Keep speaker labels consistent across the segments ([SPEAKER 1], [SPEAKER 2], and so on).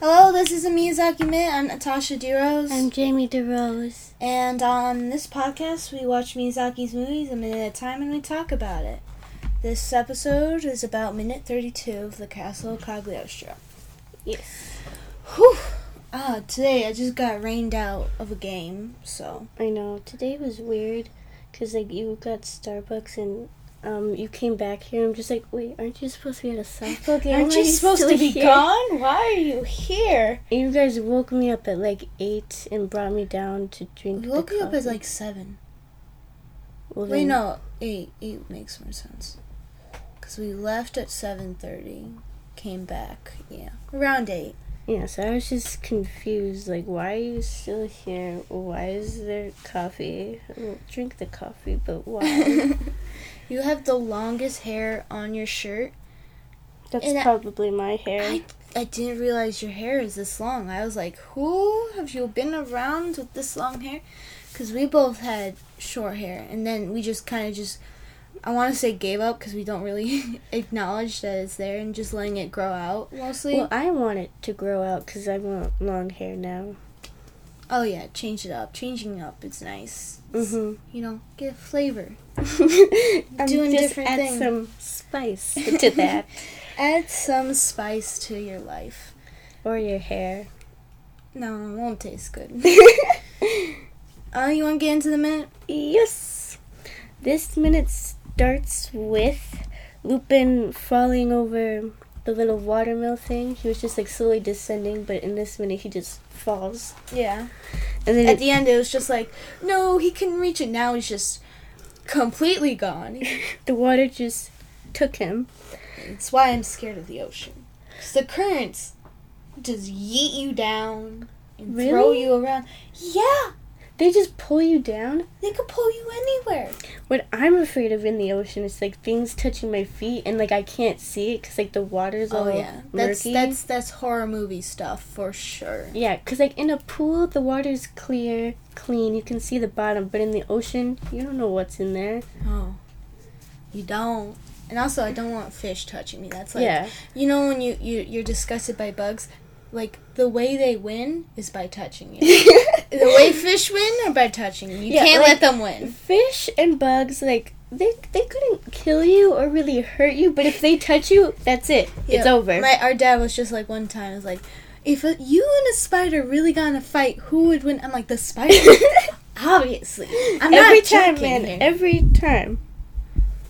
[SPEAKER 1] Hello, this is a Miyazaki Minute. I'm Natasha DeRose.
[SPEAKER 2] I'm Jamie DeRose.
[SPEAKER 1] and on this podcast, we watch Miyazaki's movies a minute at a time and we talk about it. This episode is about minute 32 of The Castle of Cagliostro.
[SPEAKER 2] Yes.
[SPEAKER 1] Whew! Ah, today I just got rained out of a game, so.
[SPEAKER 2] I know. Today was weird because like you got Starbucks and um you came back here. I'm just like, wait, aren't you supposed to be at a South Pole game?
[SPEAKER 1] Aren't
[SPEAKER 2] Why
[SPEAKER 1] you
[SPEAKER 2] are
[SPEAKER 1] supposed
[SPEAKER 2] still
[SPEAKER 1] to be
[SPEAKER 2] here?"
[SPEAKER 1] gone? Why are you here?
[SPEAKER 2] And you guys woke me up at like eight and brought me down to drink.
[SPEAKER 1] You
[SPEAKER 2] the
[SPEAKER 1] woke me up at
[SPEAKER 2] coffee.
[SPEAKER 1] like 7.
[SPEAKER 2] Well,
[SPEAKER 1] Wait,
[SPEAKER 2] then-
[SPEAKER 1] no, 8. 8 makes more sense. Because we left at 7.30, came back, yeah, around 8.
[SPEAKER 2] Yeah, so I was just confused. Like, why are you still here? Why is there coffee? Well, drink the coffee, but why?
[SPEAKER 1] you have the longest hair on your shirt.
[SPEAKER 2] That's
[SPEAKER 1] And I-
[SPEAKER 2] probably my hair.
[SPEAKER 1] I, I didn't realize your hair is this long. I was like, who have you been around with this long hair? Because we both had short hair, and then we just kind of just, I want to say gave up because we don't really acknowledge that it's there and just letting it grow out mostly.
[SPEAKER 2] well, I want it to grow out because I want long hair now.
[SPEAKER 1] oh yeah, change it up. Changing up, it's nice. It's,
[SPEAKER 2] Mm-hmm.
[SPEAKER 1] You know, get flavor.
[SPEAKER 2] I'm
[SPEAKER 1] Doing
[SPEAKER 2] just
[SPEAKER 1] different
[SPEAKER 2] add
[SPEAKER 1] things.
[SPEAKER 2] some spice to that
[SPEAKER 1] Add some spice to your life.
[SPEAKER 2] or your hair.
[SPEAKER 1] No, it won't taste good. Uh, you want to get into the minute?
[SPEAKER 2] yes. This minute starts with Lupin falling over the little watermill thing. He was just like slowly descending, but in this minute he just falls.
[SPEAKER 1] Yeah.
[SPEAKER 2] And then
[SPEAKER 1] At the end, it was just like, no, he couldn't reach it. Now he's just completely gone.
[SPEAKER 2] the water just took him.
[SPEAKER 1] That's why I'm scared of the ocean. 'Cause the currents just yeet you down and throw
[SPEAKER 2] Really?
[SPEAKER 1] you around. Yeah,
[SPEAKER 2] They just pull you down.
[SPEAKER 1] they could pull you anywhere.
[SPEAKER 2] What I'm afraid of in the ocean is like things touching my feet and like I can't see it because like the water's all
[SPEAKER 1] Oh, that's
[SPEAKER 2] murky.
[SPEAKER 1] that's that's horror movie stuff for sure.
[SPEAKER 2] Yeah, because like in a pool, the water's clear, clean. You can see the bottom, but in the ocean, you don't know what's in there.
[SPEAKER 1] Oh, you don't. And also, I don't want fish touching me. That's like,
[SPEAKER 2] yeah,
[SPEAKER 1] you know, when you, you you're disgusted by bugs, like the way they win is by touching you. The way fish win or by touching you. You
[SPEAKER 2] Yeah,
[SPEAKER 1] can't
[SPEAKER 2] like-
[SPEAKER 1] let them win.
[SPEAKER 2] fish and bugs, like they they couldn't kill you or really hurt you, but if they touch you, that's it. It's
[SPEAKER 1] Yeah,
[SPEAKER 2] over.
[SPEAKER 1] My our dad was just like one time was like, if a, you and a spider really got in a fight, who would win? I'm like the spider, obviously. I'm
[SPEAKER 2] every
[SPEAKER 1] not
[SPEAKER 2] time,
[SPEAKER 1] joking
[SPEAKER 2] man.
[SPEAKER 1] here.
[SPEAKER 2] Every time.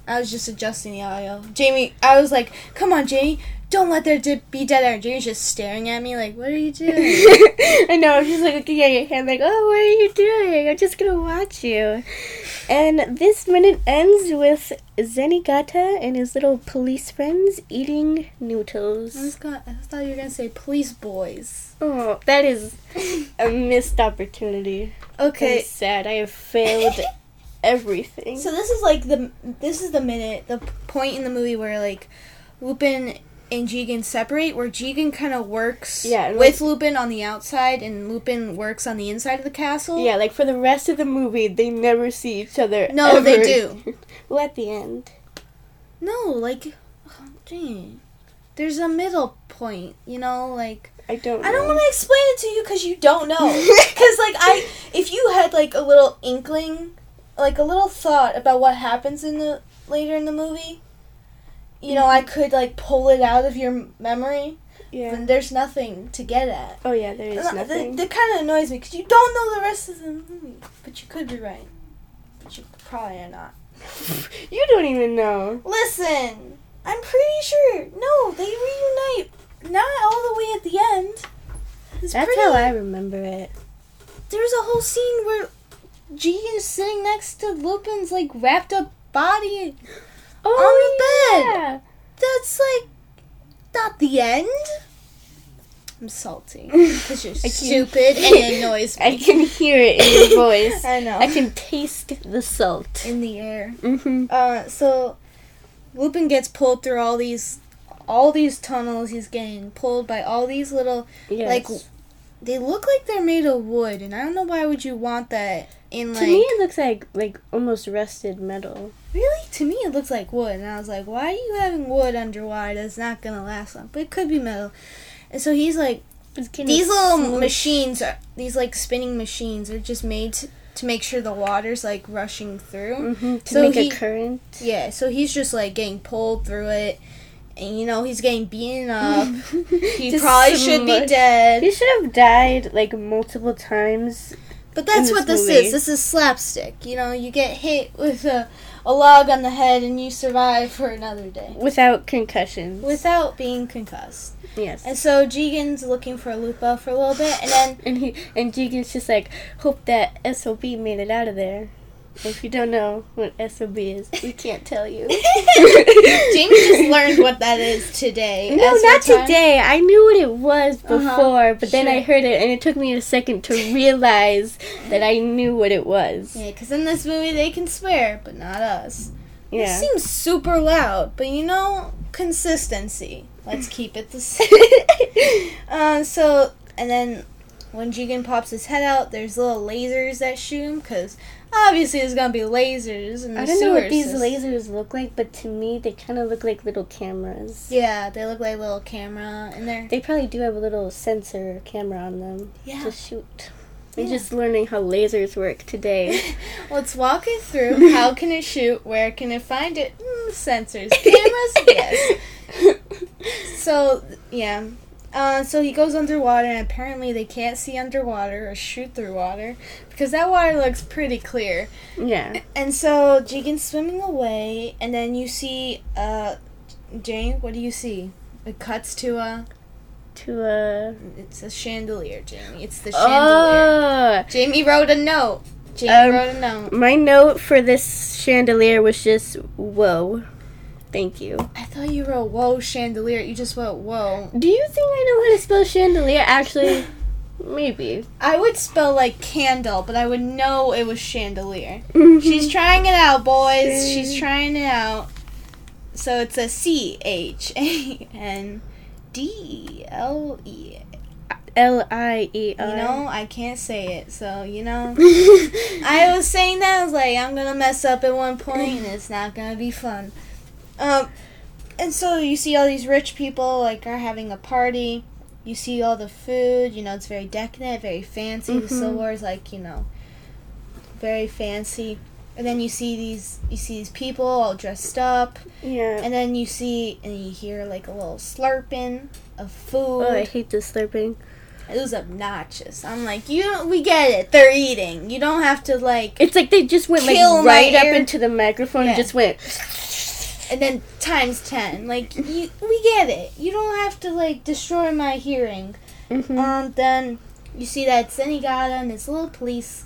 [SPEAKER 1] I was just adjusting the audio. Jamie, I was like, come on, Jamie, don't let there di- be dead air. Jamie's just staring at me like, what are you doing?
[SPEAKER 2] I know. I'm just like looking at your hand, like, oh, what are you doing? I'm just gonna watch you. And this minute ends with Zenigata and his little police friends eating noodles.
[SPEAKER 1] I was gonna, I thought you were gonna say police boys.
[SPEAKER 2] Oh, that is a missed opportunity.
[SPEAKER 1] Okay,
[SPEAKER 2] I'm sad. I have failed everything.
[SPEAKER 1] So this is like the this is the minute the point in the movie where like Lupin and Jigen separate, where Jigen kind of works
[SPEAKER 2] Yeah, and
[SPEAKER 1] with Lupin on the outside, and Lupin works on the inside of the castle.
[SPEAKER 2] yeah, like for the rest of the movie, they never see each other.
[SPEAKER 1] No, they
[SPEAKER 2] ever.
[SPEAKER 1] do.
[SPEAKER 2] Well, at the end.
[SPEAKER 1] No, like, oh, dang, there's a middle point. You know, like
[SPEAKER 2] I don't.
[SPEAKER 1] I don't
[SPEAKER 2] know.
[SPEAKER 1] want to explain it to you because you don't know. Because like I, if you had like a little inkling, like a little thought about what happens in the later in the movie, you know, I could like pull it out of your memory.
[SPEAKER 2] Yeah.
[SPEAKER 1] And there's nothing to get at.
[SPEAKER 2] Oh yeah, there is
[SPEAKER 1] Uh, That,
[SPEAKER 2] nothing.
[SPEAKER 1] that kind of annoys me because you don't know the rest of the movie, but you could be right. But you probably are not.
[SPEAKER 2] you don't even know.
[SPEAKER 1] Listen, I'm pretty sure. No, they reunite. Not all the way at the end. It's
[SPEAKER 2] That's
[SPEAKER 1] pretty
[SPEAKER 2] how I remember it.
[SPEAKER 1] There's a whole scene where G is sitting next to Lupin's like wrapped up body on the bed.
[SPEAKER 2] Oh, yeah.
[SPEAKER 1] That's like not the end. I'm salty because you're
[SPEAKER 2] can-
[SPEAKER 1] stupid and it annoys me.
[SPEAKER 2] I can hear it in your voice.
[SPEAKER 1] I know.
[SPEAKER 2] I can taste the salt.
[SPEAKER 1] in the air.
[SPEAKER 2] Mm-hmm.
[SPEAKER 1] Uh, so Lupin gets pulled through all these, all these tunnels. He's getting pulled by all these little.
[SPEAKER 2] Yes.
[SPEAKER 1] Like they look like they're made of wood, and I don't know why would you want that in like.
[SPEAKER 2] to me, it looks like like almost rusted metal.
[SPEAKER 1] Really? To me, it looks like wood. And I was like, why are you having wood underwater that's not going to last long? But it could be metal. And so he's like,
[SPEAKER 2] It's getting
[SPEAKER 1] These little
[SPEAKER 2] smooth.
[SPEAKER 1] machines, are, these like spinning machines, are just made to, to make sure the water's like rushing through.
[SPEAKER 2] Mhm, to
[SPEAKER 1] So
[SPEAKER 2] make
[SPEAKER 1] he-
[SPEAKER 2] a current.
[SPEAKER 1] Yeah, so he's just like getting pulled through it, and you know he's getting beaten up. he
[SPEAKER 2] Just
[SPEAKER 1] probably should be
[SPEAKER 2] smushed.
[SPEAKER 1] dead.
[SPEAKER 2] He should have died like multiple times.
[SPEAKER 1] But that's
[SPEAKER 2] in
[SPEAKER 1] what
[SPEAKER 2] this
[SPEAKER 1] this
[SPEAKER 2] movie.
[SPEAKER 1] is. This is slapstick. You know, you get hit with a, a log on the head and you survive for another day
[SPEAKER 2] without concussions.
[SPEAKER 1] without being concussed.
[SPEAKER 2] yes.
[SPEAKER 1] And so Jigen's looking for Lupa for a little bit, and then
[SPEAKER 2] and he and Jigen's just like hope that SOB made it out of there. If you don't know what SOB is, we can't tell you.
[SPEAKER 1] Jamie just learned what that is today.
[SPEAKER 2] No,
[SPEAKER 1] As
[SPEAKER 2] not
[SPEAKER 1] we're trying-
[SPEAKER 2] today. I knew what it was before,
[SPEAKER 1] Uh-huh,
[SPEAKER 2] but then I
[SPEAKER 1] sure.
[SPEAKER 2] heard it, and it took me a second to realize that I knew what it was.
[SPEAKER 1] Yeah, because in this movie they can swear, but not us. It
[SPEAKER 2] Yeah.
[SPEAKER 1] seems super loud, but you know, consistency. Let's keep it the same. uh, so, and then when Jigen pops his head out, there's little lasers that shoot him, because obviously there's gonna be lasers in the
[SPEAKER 2] I don't know what
[SPEAKER 1] sewer
[SPEAKER 2] these
[SPEAKER 1] sys-
[SPEAKER 2] lasers look like, but to me, they kind of look like little cameras.
[SPEAKER 1] Yeah, they look like little camera, and they're
[SPEAKER 2] They probably do have a little sensor or camera on them
[SPEAKER 1] yeah.
[SPEAKER 2] to shoot. I'm
[SPEAKER 1] Yeah.
[SPEAKER 2] just learning how lasers work today.
[SPEAKER 1] Let's walk it through. How can it shoot? Where can it find it? Mm, sensors, cameras, yes. So yeah, uh, so he goes underwater, and apparently they can't see underwater or shoot through water because that water looks pretty clear.
[SPEAKER 2] yeah.
[SPEAKER 1] And so Jigen's swimming away, and then you see, uh, Jane. What do you see? It cuts to a.
[SPEAKER 2] To uh, a.
[SPEAKER 1] It's a chandelier, Jamie. It's the chandelier.
[SPEAKER 2] Oh!
[SPEAKER 1] Jamie wrote a note. Jamie
[SPEAKER 2] Um,
[SPEAKER 1] wrote a note.
[SPEAKER 2] My note for this chandelier was just whoa. Thank you.
[SPEAKER 1] I thought you wrote "whoa chandelier." You just wrote "whoa."
[SPEAKER 2] Do you think I know how to spell chandelier? Actually, maybe.
[SPEAKER 1] I would spell like candle, but I would know it was chandelier. She's trying it out, boys. She's trying it out. So it's a C H A N D L E.
[SPEAKER 2] L I E
[SPEAKER 1] You
[SPEAKER 2] R.
[SPEAKER 1] know, I can't say it, so you know. I was saying that I was like, I'm gonna mess up at one point, and it's not gonna be fun. Um, and so you see all these rich people like are having a party. You see all the food. You know, it's very decadent, very fancy. The
[SPEAKER 2] Mhm.
[SPEAKER 1] silverware is like you know, very fancy. And then you see these you see these people all dressed up,
[SPEAKER 2] yeah.
[SPEAKER 1] and then you see and you hear like a little slurping of food.
[SPEAKER 2] oh, I hate this slurping.
[SPEAKER 1] It was obnoxious. I'm like, you. We get it. They're eating. You don't have to like.
[SPEAKER 2] It's like they just went
[SPEAKER 1] Kill
[SPEAKER 2] like
[SPEAKER 1] my
[SPEAKER 2] right up
[SPEAKER 1] air-
[SPEAKER 2] into the microphone and
[SPEAKER 1] Yeah.
[SPEAKER 2] just went.
[SPEAKER 1] And then times ten. Like you, we get it. You don't have to like destroy my hearing.
[SPEAKER 2] Mhm.
[SPEAKER 1] Um. Then you see that Zenigata and his little police,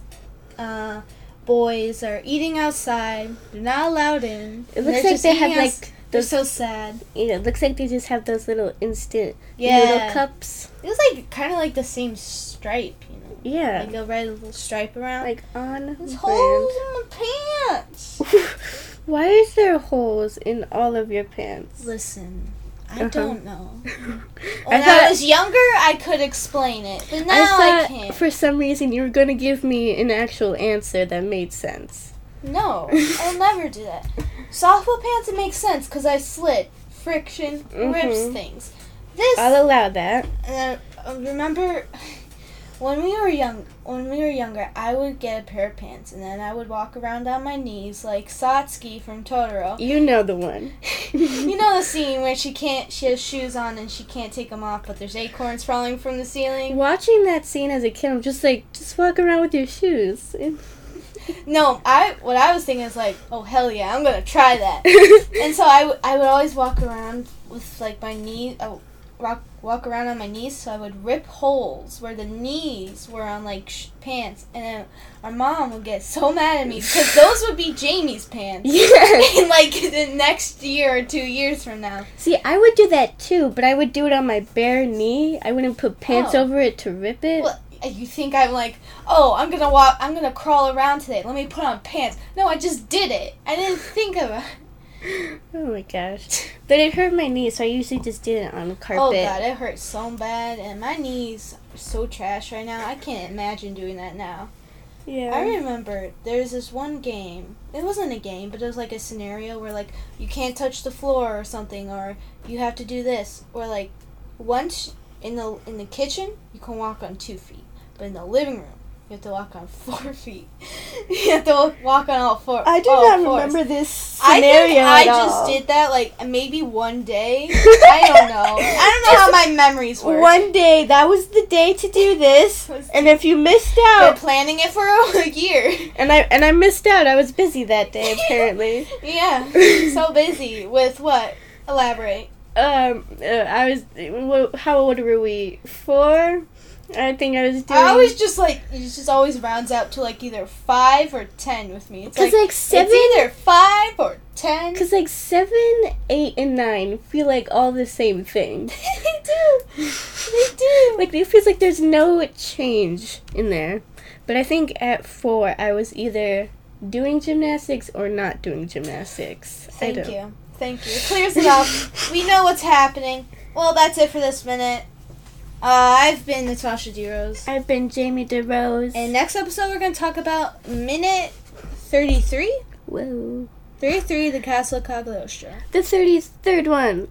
[SPEAKER 1] uh, boys are eating outside. They're not allowed in.
[SPEAKER 2] It
[SPEAKER 1] And
[SPEAKER 2] looks
[SPEAKER 1] they're
[SPEAKER 2] like
[SPEAKER 1] just
[SPEAKER 2] they
[SPEAKER 1] eating
[SPEAKER 2] have
[SPEAKER 1] outs-
[SPEAKER 2] like
[SPEAKER 1] They're
[SPEAKER 2] those.
[SPEAKER 1] so sad.
[SPEAKER 2] yeah, it looks like they just have those little instant
[SPEAKER 1] Yeah.
[SPEAKER 2] noodle cups.
[SPEAKER 1] It was like kind of like the same stripe. You know.
[SPEAKER 2] Yeah,
[SPEAKER 1] Like a red little stripe around.
[SPEAKER 2] like on
[SPEAKER 1] There's
[SPEAKER 2] brand.
[SPEAKER 1] holes in my pants.
[SPEAKER 2] Why is there holes in all of your pants?
[SPEAKER 1] Listen, I
[SPEAKER 2] Uh-huh.
[SPEAKER 1] don't know.
[SPEAKER 2] I
[SPEAKER 1] When I,
[SPEAKER 2] thought-
[SPEAKER 1] was younger, I could explain it, but now
[SPEAKER 2] I
[SPEAKER 1] I,
[SPEAKER 2] thought
[SPEAKER 1] can't.
[SPEAKER 2] for some reason you were gonna give me an actual answer that made sense.
[SPEAKER 1] no, I'll never do that. Softball pants, it makes sense because I slid, friction, rips
[SPEAKER 2] Mhm.
[SPEAKER 1] things. This,
[SPEAKER 2] I'll allow that.
[SPEAKER 1] and I, I remember when we were young. When we were younger, I would get a pair of pants, and then I would walk around on my knees like Satsuki from Totoro.
[SPEAKER 2] You know the one.
[SPEAKER 1] you know the scene where she can't, she has shoes on and she can't take them off, but there's acorns falling from the ceiling.
[SPEAKER 2] Watching that scene as a kid, I'm just like, just walk around with your shoes.
[SPEAKER 1] No, I what I was thinking is like, oh hell yeah, I'm gonna try that. and so I, w- I would always walk around with like my knee, I would rock, walk around on my knees, so I would rip holes where the knees were on like sh- pants, and then our mom would get so mad at me because those would be Jamie's pants.
[SPEAKER 2] yes.
[SPEAKER 1] In like the next year or two years from now.
[SPEAKER 2] See, I would do that too, but I would do it on my bare knee. I wouldn't put pants
[SPEAKER 1] Oh.
[SPEAKER 2] over it to rip it.
[SPEAKER 1] Well, uh, you think I'm like, oh, I'm gonna walk, I'm gonna crawl around today. Let me put on pants. No, I just did it. I didn't think of it.
[SPEAKER 2] Oh my gosh. But it hurt my knee, so I usually just did it on carpet.
[SPEAKER 1] Oh god, it hurts so bad, and my knees are so trash right now. I can't imagine doing that now.
[SPEAKER 2] Yeah.
[SPEAKER 1] I remember there's this one game. It wasn't a game, but it was like a scenario where like you can't touch the floor or something, or you have to do this, or like once In the in the kitchen, you can walk on two feet, but in the living room, you have to walk on four feet. you have to wa- walk on all four.
[SPEAKER 2] I do
[SPEAKER 1] all
[SPEAKER 2] not
[SPEAKER 1] fours.
[SPEAKER 2] remember this
[SPEAKER 1] Oh, I
[SPEAKER 2] scenario
[SPEAKER 1] think I
[SPEAKER 2] at
[SPEAKER 1] just
[SPEAKER 2] all.
[SPEAKER 1] did that like maybe one day. I don't know. I don't know how
[SPEAKER 2] Just
[SPEAKER 1] my memories work.
[SPEAKER 2] One day, that was the day to do this,
[SPEAKER 1] Was-
[SPEAKER 2] and if you missed
[SPEAKER 1] Been
[SPEAKER 2] out,
[SPEAKER 1] planning it for a year.
[SPEAKER 2] and I and I missed out, I was busy that day apparently.
[SPEAKER 1] Yeah. So busy with what? Elaborate.
[SPEAKER 2] Um, uh, I was. wh- How old were we? Four. I think I was doing.
[SPEAKER 1] I always just like it just always rounds out to like either five or ten with me. It's
[SPEAKER 2] because
[SPEAKER 1] like,
[SPEAKER 2] like, seven,
[SPEAKER 1] It's either five or ten.
[SPEAKER 2] because like seven, eight, and nine feel like all the same thing.
[SPEAKER 1] they do. They do.
[SPEAKER 2] Like it feels like there's no change in there. But I think at four, I was either doing gymnastics or not doing gymnastics. I
[SPEAKER 1] Thank
[SPEAKER 2] don't-
[SPEAKER 1] you. Thank you. It clears it up. we know what's happening. Well, that's it for this minute. Uh, I've been Natasha D Rose,
[SPEAKER 2] I've been Jamie DeRose.
[SPEAKER 1] and next episode we're gonna talk about minute thirty-three.
[SPEAKER 2] whoa,
[SPEAKER 1] 33, the Castle of Cagliostro.
[SPEAKER 2] the thirty-third one.